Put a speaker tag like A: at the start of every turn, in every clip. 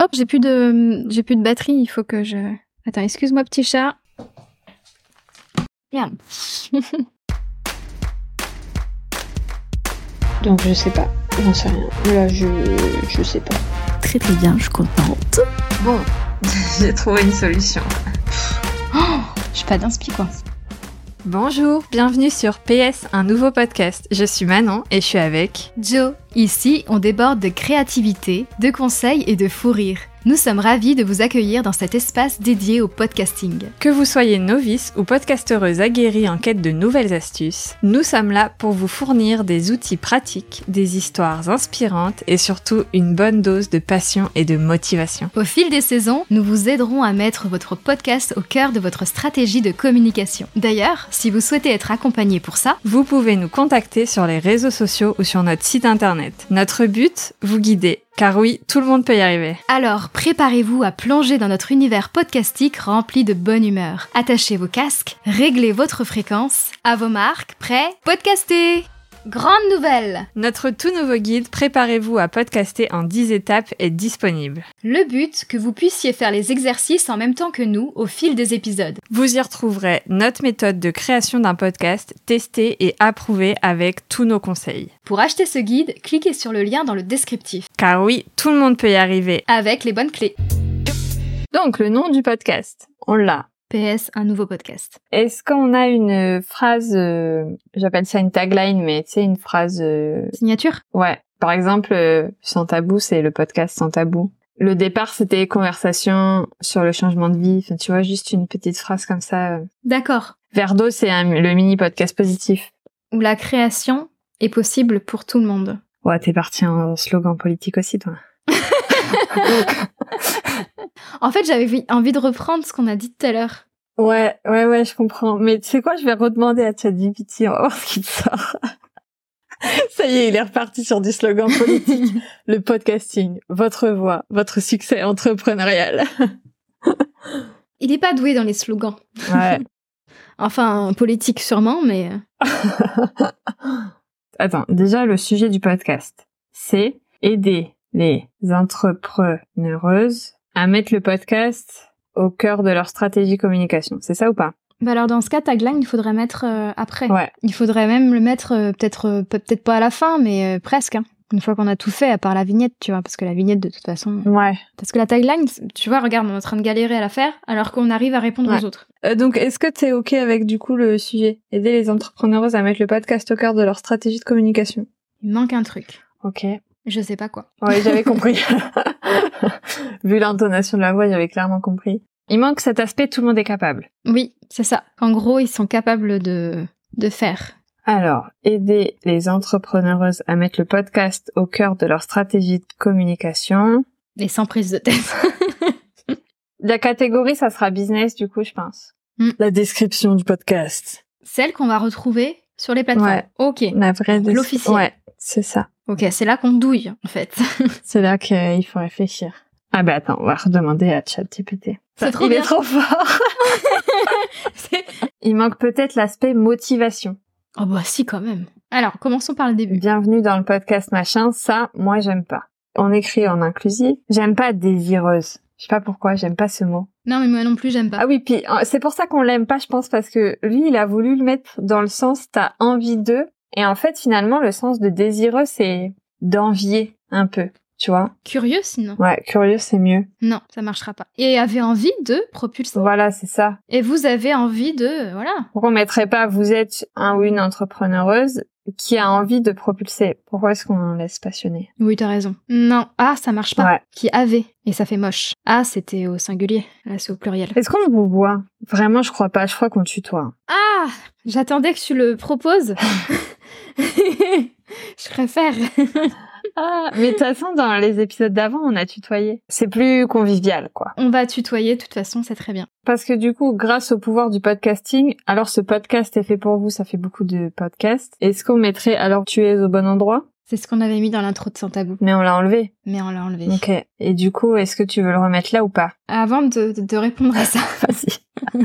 A: Hop, j'ai plus de, j'ai plus de batterie. Il faut que je. Attends, excuse-moi, petit chat. Merde.
B: Donc je sais pas, j'en sais rien. Là, je, je sais pas.
C: Très très bien, je suis contente.
D: Bon, j'ai trouvé une solution.
C: Je suis pas d'inspi quoi.
D: Bonjour, bienvenue sur PS, un nouveau podcast. Je suis Manon et je suis avec.
E: Joe, ici on déborde de créativité, de conseils et de fou rire. Nous sommes ravis de vous accueillir dans cet espace dédié au podcasting.
D: Que vous soyez novice ou podcastereuse aguerrie en quête de nouvelles astuces, nous sommes là pour vous fournir des outils pratiques, des histoires inspirantes et surtout une bonne dose de passion et de motivation.
E: Au fil des saisons, nous vous aiderons à mettre votre podcast au cœur de votre stratégie de communication. D'ailleurs, si vous souhaitez être accompagné pour ça,
D: Vous pouvez nous contacter sur les réseaux sociaux ou sur notre site internet. Notre but, vous guider. Car oui, tout le monde peut y arriver.
E: alors préparez-vous à plonger dans notre univers podcastique rempli de bonne humeur. Attachez vos casques, réglez votre fréquence, à vos marques, prêts, podcastez Grande nouvelle
D: Notre tout nouveau guide Préparez-vous à podcaster en 10 étapes est disponible.
E: Le but, que vous puissiez faire les exercices en même temps que nous au fil des épisodes.
D: Vous y retrouverez notre méthode de création d'un podcast testée et approuvée avec tous nos conseils.
E: Pour acheter ce guide, cliquez sur le lien dans le descriptif,
D: Car oui, tout le monde peut y arriver.
E: avec les bonnes clés.
D: Donc, le nom du podcast, on l'a.
E: PS, un nouveau podcast.
D: Est-ce qu'on a une phrase, euh, j'appelle ça une tagline, mais tu sais, une phrase... euh,
E: Signature
D: ouais, par exemple, euh, Sans tabou, c'est le podcast Sans tabou. Le départ, c'était conversation sur le changement de vie. Enfin, tu vois, juste une petite phrase comme ça.
E: D'accord.
D: Verdo, c'est un- le mini podcast positif.
A: Où la création est possible pour tout le monde.
D: Ouais, t'es parti en slogan politique aussi, toi.
A: En fait, j'avais vi- envie de reprendre ce qu'on a dit tout à l'heure.
D: Ouais, ouais, ouais, je comprends. Mais tu sais quoi, je vais redemander à ChatGPT, on va voir ce qu'il sort. Ça y est, il est reparti sur du slogan politique. le podcasting, votre voix, votre succès entrepreneurial.
A: Il est pas doué dans les slogans.
D: Ouais.
A: Enfin, politique sûrement, mais euh.
D: Attends, déjà, le sujet du podcast, c'est aider les entrepreneureuses à mettre le podcast au cœur de leur stratégie communication. C'est ça ou pas?
A: bah alors dans ce cas, tagline, il faudrait mettre euh, après.
D: Ouais.
A: Il faudrait même le mettre euh, peut-être euh, peut- peut-être pas à la fin, mais euh, presque. hein. Une fois qu'on a tout fait, à part la vignette, tu vois, parce que la vignette, de toute façon,
D: Ouais.
A: Parce que la tagline, c'est- tu vois, regarde, on est en train de galérer à la faire, alors qu'on arrive à répondre
D: Ouais.
A: aux autres.
D: Euh, donc, est-ce que t'es ok avec du coup le sujet Aider les entrepreneureuses à mettre le podcast au cœur de leur stratégie de communication.
A: Il manque un truc.
D: Ok.
A: Je sais pas quoi.
D: Ouais, j'avais compris. Vu l'intonation de la voix, j'avais clairement compris. Il manque cet aspect tout le monde est capable.
A: Oui, c'est ça. En gros, ils sont capables de, de faire.
D: Alors, aider les entrepreneureuses à mettre le podcast au cœur de leur stratégie de communication.
A: Et sans prise de tête.
D: La catégorie, ça sera business du coup, je pense.
A: Mm.
D: La description du podcast.
A: Celle qu'on va retrouver sur les plateformes.
D: Ouais.
A: Ok.
D: La vraie des-
A: L'officiel.
D: Ouais, c'est ça.
A: Ok, c'est là qu'on douille, en fait.
D: C'est là qu'il faut réfléchir. Ah bah attends, on va redemander à ChatGPT. Bah,
A: C'est trop
D: Il
A: bien.
D: est trop fort.
A: C'est-
D: Il manque peut-être l'aspect motivation.
A: oh bah si, quand même. Alors, commençons par le début.
D: Bienvenue dans le podcast machin, ça, moi j'aime pas. On écrit en inclusif. J'aime pas désireuse. Je sais pas pourquoi, j'aime pas ce mot.
A: Non, mais moi non plus, j'aime pas.
D: Ah oui, puis euh, c'est pour ça qu'on l'aime pas, je pense, parce que lui, il a voulu le mettre dans le sens t'as envie de. Et en fait, finalement, le sens de désireux, c'est d'envier un peu. Tu vois
A: Curieux, sinon.
D: Ouais, curieux, c'est mieux.
A: Non, ça marchera pas. Et avait envie de propulser.
D: Voilà, c'est ça.
A: Et vous avez envie de... Voilà.
D: Pourquoi on mettrait pas vous êtes un ou une entrepreneuse qui a envie de propulser Pourquoi est-ce qu'on en laisse passionner
A: Oui, t'as raison. Non, ah, ça marche pas.
D: Ouais.
A: Qui avait, et ça fait moche. Ah, c'était au singulier, là c'est au pluriel.
D: Est-ce qu'on vous voit Vraiment, je crois pas. Je crois qu'on tutoie.
A: Ah, j'attendais que tu le proposes. Je préfère.
D: Ah, mais de toute façon, dans les épisodes d'avant, on a tutoyé. C'est plus convivial, quoi.
A: On va tutoyer, de toute façon, c'est très bien.
D: Parce que du coup, grâce au pouvoir du podcasting, alors ce podcast est fait pour vous, ça fait beaucoup de podcasts. Est-ce qu'on mettrait alors tu es au bon endroit
A: C'est ce qu'on avait mis dans l'intro de Sans Tabou,
D: Mais on l'a enlevé.
A: mais on l'a enlevé.
D: Ok. Et du coup, est-ce que tu veux le remettre là ou pas
A: Avant de, de- de répondre à ça,
D: Vas-y.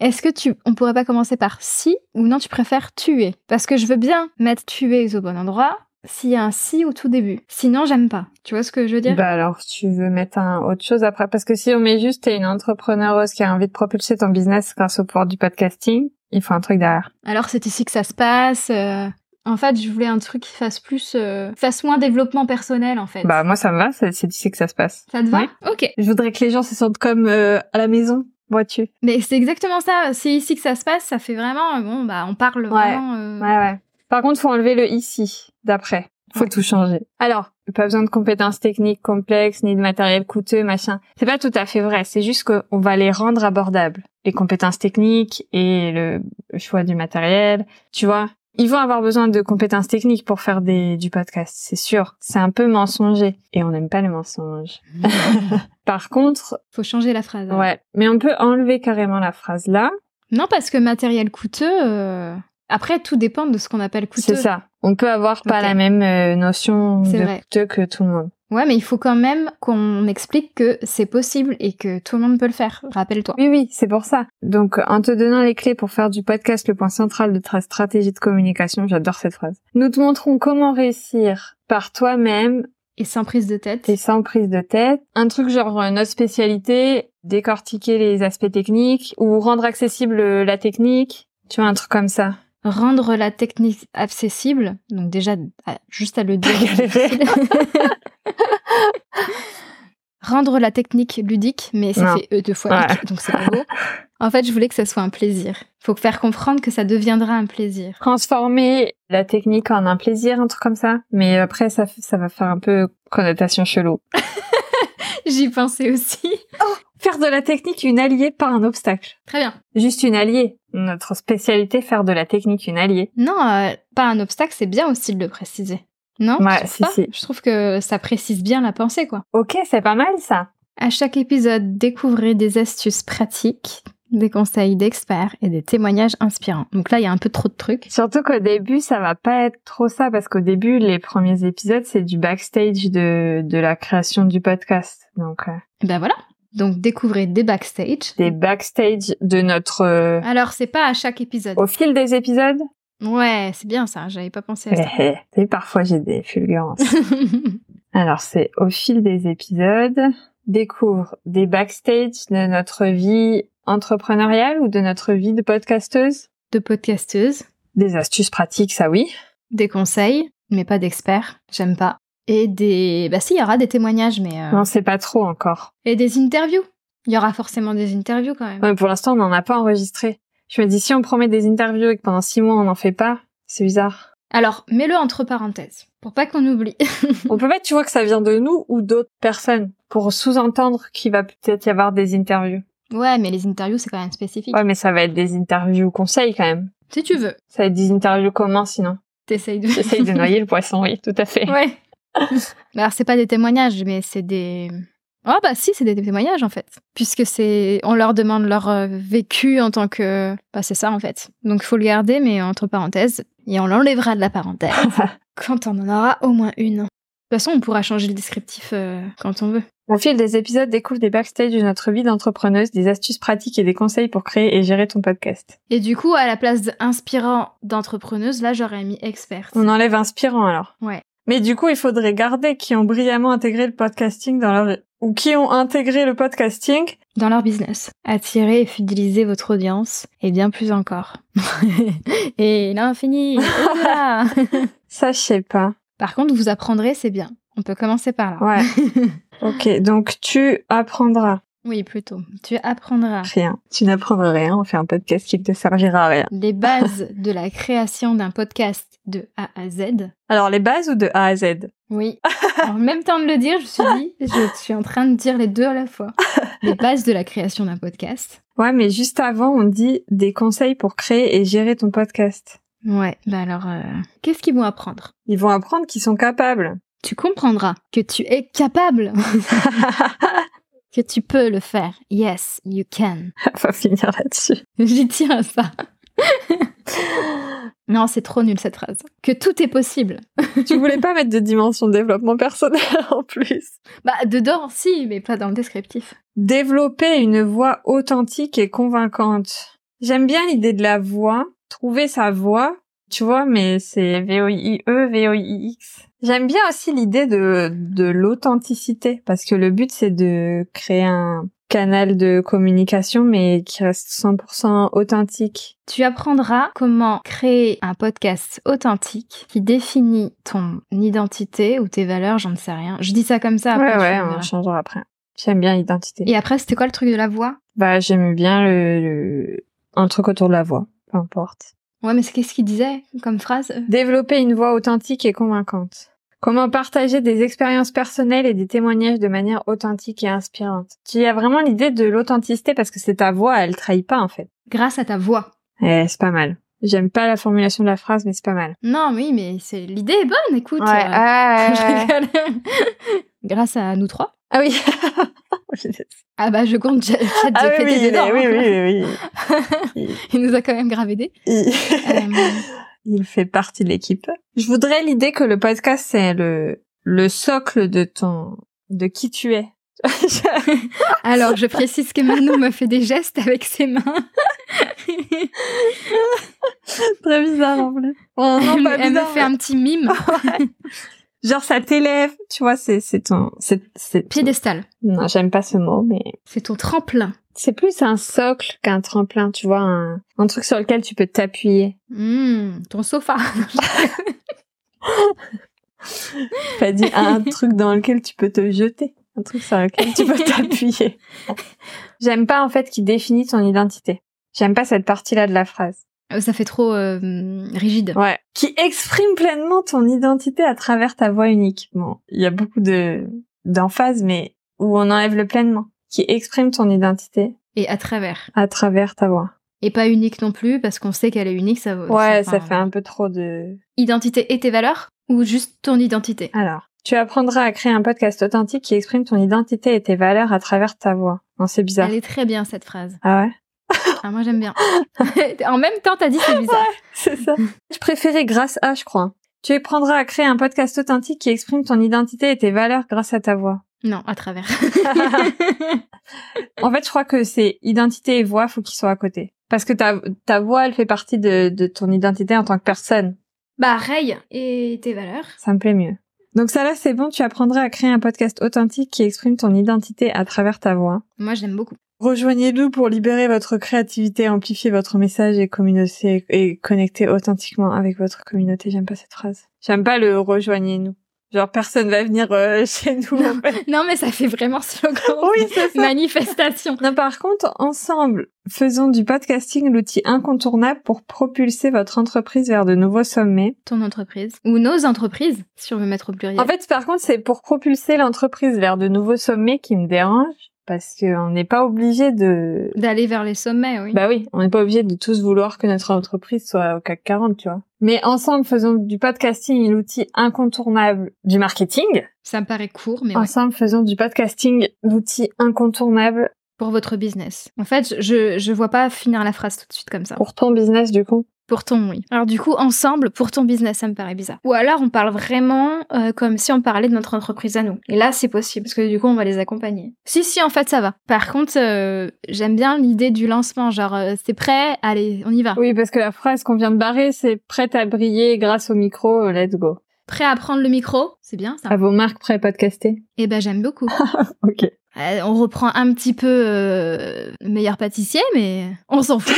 A: est-ce que tu. On pourrait pas commencer par si ou non, tu préfères tuer Parce que je veux bien mettre tuer au bon endroit, s'il y a un si au tout début. Sinon, j'aime pas. Tu vois ce que je veux dire
D: Bah alors, tu veux mettre un autre chose après Parce que si on met juste t'es une entrepreneuse qui a envie de propulser ton business grâce au pouvoir du podcasting, il faut un truc derrière.
A: Alors, c'est ici que ça se passe. euh, En fait, je voulais un truc qui fasse plus, euh, fasse moins développement personnel, en fait.
D: Bah moi ça me va, c'est c'est d'ici que ça se passe.
A: ça te va
D: oui.
A: Ok.
D: Je voudrais que les gens se sentent comme euh, à la maison, vois-tu
A: Mais c'est exactement ça. C'est ici que ça se passe. Ça fait vraiment, euh, bon, bah, on parle vraiment. euh,
D: Ouais, ouais. Par contre, faut enlever le ici d'après. Faut tout changer. Alors, pas besoin de compétences techniques complexes ni de matériel coûteux, machin. C'est pas tout à fait vrai. C'est juste qu'on va les rendre abordables. Les compétences techniques et le choix du matériel. Tu vois, ils vont avoir besoin de compétences techniques pour faire des, du podcast, c'est sûr. C'est un peu mensonger. Et on n'aime pas les mensonges. Par contre,
A: Faut changer la phrase. hein.
D: ouais. Mais on peut enlever carrément la phrase là.
A: Non, parce que matériel coûteux. euh, Après, tout dépend de ce qu'on appelle coûteux.
D: C'est ça. On peut avoir pas
A: Ok.
D: la même euh, notion
A: C'est
D: de
A: vrai.
D: coûteux que tout le monde.
A: Ouais, mais il faut quand même qu'on explique que c'est possible et que tout le monde peut le faire. Rappelle-toi.
D: Oui, oui, c'est pour ça. Donc, en te donnant les clés pour faire du podcast le point central de ta stratégie de communication, j'adore cette phrase. Nous te montrons comment réussir par toi-même
A: Et sans prise de tête.
D: et sans prise de tête. Un truc genre euh, notre spécialité, décortiquer les aspects techniques ou rendre accessible euh, la technique. Tu vois, un truc comme ça.
A: Rendre la technique accessible. Donc déjà, à- juste à le dire.
D: Galérer.
A: c'est difficile. Rendre la technique ludique, mais ça
D: Non.
A: fait E deux fois
D: Ouais.
A: hic, donc c'est pas beau. En fait, je voulais que ça soit un plaisir. Faut faire comprendre que ça deviendra un plaisir.
D: Transformer la technique en un plaisir, un truc comme ça. Mais après, ça, f- ça va faire un peu connotation chelou.
A: J'y pensais aussi.
D: Faire de la technique une alliée, pas un obstacle.
A: Très bien.
D: Juste une alliée. Notre spécialité, faire de la technique une alliée.
A: Non, euh, pas un obstacle, c'est bien aussi de le préciser. Non
D: Ouais,
A: tu trouves
D: si,
A: pas
D: si.
A: Je trouve que ça précise bien la pensée, quoi.
D: Ok, c'est pas mal ça.
A: À chaque épisode, découvrez des astuces pratiques, des conseils d'experts et des témoignages inspirants. Donc là, il y a un peu trop de trucs.
D: Surtout qu'au début, ça va pas être trop ça parce qu'au début, les premiers épisodes, c'est du backstage de, de la création du podcast. Donc, euh,
A: Et ben voilà. Donc découvrez des backstage.
D: des backstage de notre... euh,
A: Alors, c'est pas à chaque épisode.
D: au fil des épisodes
A: Ouais, c'est bien ça, j'avais pas pensé à
D: Eh,
A: ça.
D: eh, tu sais, parfois j'ai des fulgurances. Alors, c'est au fil des épisodes, découvre des backstage de notre vie entrepreneuriale ou de notre vie de podcasteuse.
A: de podcasteuse,
D: Des astuces pratiques, ça oui.
A: des conseils, mais pas d'experts, j'aime pas. Et des... Bah si, il y aura des témoignages, mais... euh,
D: Non, c'est pas trop encore.
A: Et des interviews. Il y aura forcément des interviews quand même.
D: Ouais, mais pour l'instant, on n'en a pas enregistré. Je me dis, si on promet des interviews et que pendant six mois, on n'en fait pas, c'est bizarre.
A: Alors, mets-le entre parenthèses, pour pas qu'on oublie.
D: on peut mettre, tu vois, que ça vient de nous ou d'autres personnes pour sous-entendre qu'il va peut-être y avoir des interviews.
A: ouais, mais les interviews, c'est quand même spécifique.
D: Ouais, mais ça va être des interviews conseils quand même.
A: Si tu veux,
D: Ça va être des interviews comment sinon
A: t'essayes de...
D: J'essaye de noyer le poisson, oui, tout à fait.
A: ouais. Alors, c'est pas des témoignages, mais c'est des... Oh bah si, c'est des témoignages en fait. Puisque c'est... On leur demande leur euh, vécu en tant que... Bah c'est ça en fait. Donc, il faut le garder, mais entre parenthèses. Et on l'enlèvera de la parenthèse. quand on en aura au moins une. De toute façon, on pourra changer le descriptif euh, quand on veut.
D: Au fil des épisodes, découvre des backstage de notre vie d'entrepreneuse, des astuces pratiques et des conseils pour créer et gérer ton podcast.
A: Et du coup, à la place d'inspirant d'entrepreneuse, là, j'aurais mis experte.
D: On enlève inspirant alors.
A: Ouais.
D: Mais du coup, il faudrait garder qui ont brillamment intégré le podcasting dans leur ou qui ont intégré le podcasting.
A: dans leur business. Attirer et fidéliser votre audience, et bien plus encore. et l'infini, au-delà.
D: Ça, je sais pas.
A: Par contre, vous apprendrez, c'est bien. On peut commencer par là.
D: Ouais. ok, donc tu apprendras
A: Oui, plutôt. Tu apprendras
D: rien. Tu n'apprendras rien. On fait un podcast qui ne te servira à rien.
A: les bases de la création d'un podcast de A à Z.
D: Alors les bases ou de A à Z.
A: Oui. En même temps de le dire, je me suis dit, je suis en train de dire les deux à la fois. Les bases de la création d'un podcast.
D: Ouais, mais juste avant, on dit des conseils pour créer et gérer ton podcast.
A: Ouais, bah alors, euh, qu'est-ce qu'ils vont apprendre
D: Ils vont apprendre qu'ils sont capables.
A: Tu comprendras que tu es capable que tu peux le faire. Yes, you can.
D: Faut finir là-dessus.
A: J'y tiens à ça. non, c'est trop nul cette phrase. Que tout est possible.
D: tu voulais pas mettre de dimension de développement personnel en plus.
A: Bah, dedans, si, mais pas dans le descriptif.
D: Développer une voix authentique et convaincante. J'aime bien l'idée de la voix, trouver sa voix, tu vois, mais c'est VOIE, VOIX. J'aime bien aussi l'idée de, de l'authenticité, parce que le but, c'est de créer un canal de communication, mais qui reste 100% authentique.
A: Tu apprendras comment créer un podcast authentique qui définit ton identité ou tes valeurs, j'en sais rien. Je dis ça comme ça. après,
D: ouais,
A: tu
D: ouais,
A: verras.
D: on changera après. J'aime bien l'identité.
A: Et après, c'était quoi le truc de la voix
D: Bah, j'aime bien le, le- un truc autour de la voix, peu importe.
A: Ouais, mais c'est qu'est-ce qu'il disait comme phrase
D: Développer une voix authentique et convaincante. Comment partager des expériences personnelles et des témoignages de manière authentique et inspirante. Il y a vraiment l'idée de l'authenticité parce que c'est ta voix, elle trahit pas en fait.
A: Grâce à ta voix.
D: Eh, c'est pas mal. J'aime pas la formulation de la phrase, mais c'est pas mal.
A: Non, oui, mais c'est l'idée est bonne, écoute. euh, je rigole. Grâce à nous trois.
D: Ah oui.
A: Ah bah je compte Chat
D: ah oui, oui, il
A: dedans. hein.
D: est- oui, oui, oui,
A: Il nous a quand même grave aidé.
D: oui.
A: Euh,
D: Il fait partie de l'équipe. Je voudrais l'idée que le podcast c'est le le socle de ton de qui tu es.
A: alors je précise que Manon me fait des gestes avec ses mains.
D: Très bizarre en plus. Oh,
A: elle
D: non,
A: me-
D: pas
A: elle me
D: bizarre.
A: fait un petit mime.
D: Genre ça t'élève, tu vois, c'est c'est ton c'est c'est
A: Piédestal.
D: Non, j'aime pas ce mot mais
A: C'est ton tremplin.
D: c'est plus un socle qu'un tremplin, tu vois, un un truc sur lequel tu peux t'appuyer.
A: Hmm, ton sofa.
D: Pas dit un truc dans lequel tu peux te jeter, un truc sur lequel tu peux t'appuyer. J'aime pas en fait qui définit ton identité. J'aime pas cette partie-là de la phrase.
A: Euh, Ça fait trop euh, rigide.
D: Ouais. Qui exprime pleinement ton identité à travers ta voix unique. Bon, il y a beaucoup de d'emphase, mais où on enlève le pleinement. Qui exprime ton identité
A: Et à travers.
D: à travers ta voix.
A: Et pas unique non plus, parce qu'on sait qu'elle est unique, ça vaut.
D: Ouais, ça
A: enfin,
D: fait un peu trop de...
A: Identité et tes valeurs Ou juste ton identité
D: Alors, tu apprendras à créer un podcast authentique qui exprime ton identité et tes valeurs à travers ta voix. Non, c'est bizarre.
A: Elle est très bien cette phrase.
D: Ah ouais
A: Ah, moi j'aime bien. en même temps, t'as dit c'est bizarre.
D: C'est ça. Je préférais grâce à, je crois. Tu apprendras à créer un podcast authentique qui exprime ton identité et tes valeurs grâce à ta voix.
A: Non, à travers.
D: En fait, je crois que c'est identité et voix, faut qu'ils soient à côté. Parce que ta, ta voix, elle fait partie de, de ton identité en tant que personne.
A: bah, Ray et tes valeurs.
D: Ça me plaît mieux. Donc ça là, c'est bon, tu apprendras à créer un podcast authentique qui exprime ton identité à travers ta voix.
A: Moi j'aime beaucoup.
D: Rejoignez-nous pour libérer votre créativité, amplifier votre message et communauté et connecter authentiquement avec votre communauté. J'aime pas cette phrase. J'aime pas le rejoignez-nous. Genre personne va venir euh, chez nous. en fait.
A: Non, mais ça fait vraiment slogan.
D: oui, c'est ça.
A: Manifestation.
D: Non, par contre, ensemble, faisons du podcasting l'outil incontournable pour propulser votre entreprise vers de nouveaux sommets.
A: Ton entreprise. Ou nos entreprises, si on veut mettre au pluriel.
D: En fait, par contre, c'est pour propulser l'entreprise vers de nouveaux sommets qui me dérange parce qu'on n'est pas obligé de...
A: D'aller vers les sommets, oui.
D: Bah oui, on n'est pas obligé de tous vouloir que notre entreprise soit au CAC 40, tu vois. Mais ensemble, faisons du podcasting l'outil incontournable du marketing.
A: Ça me paraît court, mais ouais.
D: Ensemble, faisons du podcasting l'outil incontournable
A: pour votre business. En fait, je, je vois pas finir la phrase tout de suite comme ça.
D: pour ton business, du coup.
A: Pour ton oui. Alors du coup, ensemble, pour ton business, ça me paraît bizarre. Ou alors on parle vraiment euh, comme si on parlait de notre entreprise à nous. Et là, c'est possible, parce que du coup, on va les accompagner. Si, si, en fait, ça va. Par contre, euh, j'aime bien l'idée du lancement, genre, euh, c'est prêt, allez, on y va.
D: Oui, parce que la phrase qu'on vient de barrer, c'est prête à briller grâce au micro, let's go.
A: Prêt à prendre le micro C'est bien ça.
D: À vos marques, prêt à podcaster.
A: Eh ben, j'aime beaucoup.
D: Ok.
A: Euh, on reprend un petit peu euh, meilleur pâtissier, mais on s'en fout.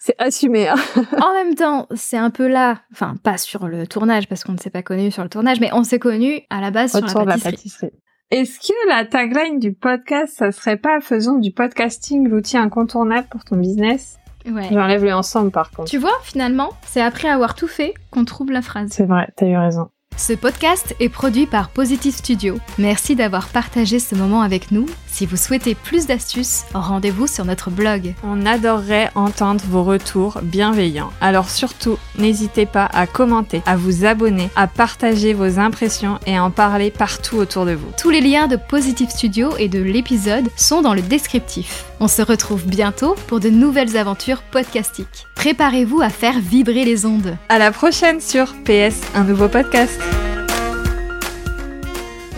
D: C'est assumé. hein.
A: En même temps, c'est un peu là, enfin pas sur le tournage parce qu'on ne s'est pas connu sur le tournage, mais on s'est connu à la base sur
D: Autour de
A: la
D: la
A: pâtisserie.
D: pâtisserie. Est-ce que la tagline du podcast, ça serait pas faisons du podcasting l'outil incontournable pour ton business
A: Ouais.
D: J'enlève le ensemble par contre.
A: Tu vois, finalement, c'est après avoir tout fait qu'on trouve la phrase.
D: C'est vrai, t'as eu raison.
E: Ce podcast est produit par Positive Studio. Merci d'avoir partagé ce moment avec nous. Si vous souhaitez plus d'astuces, rendez-vous sur notre blog.
D: On adorerait entendre vos retours bienveillants. Alors surtout, n'hésitez pas à commenter, à vous abonner, à partager vos impressions et à en parler partout autour de vous.
E: Tous les liens de Positive Studio et de l'épisode sont dans le descriptif. On se retrouve bientôt pour de nouvelles aventures podcastiques. Préparez-vous à faire vibrer les ondes.
D: À la prochaine sur PS, un nouveau podcast.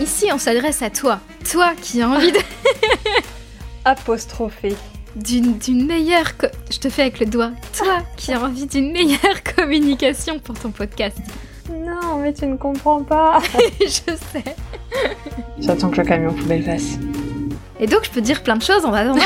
E: Ici, on s'adresse à toi. Toi qui as envie de...
D: Apostrophé.
A: d'une d'une meilleure... co- Je te fais avec le doigt. Toi qui as envie d'une meilleure communication pour ton podcast.
D: Non, mais tu ne comprends pas.
A: Je sais.
D: J'attends que le camion poubelle fasse.
A: Et donc, je peux dire plein de choses en attendant.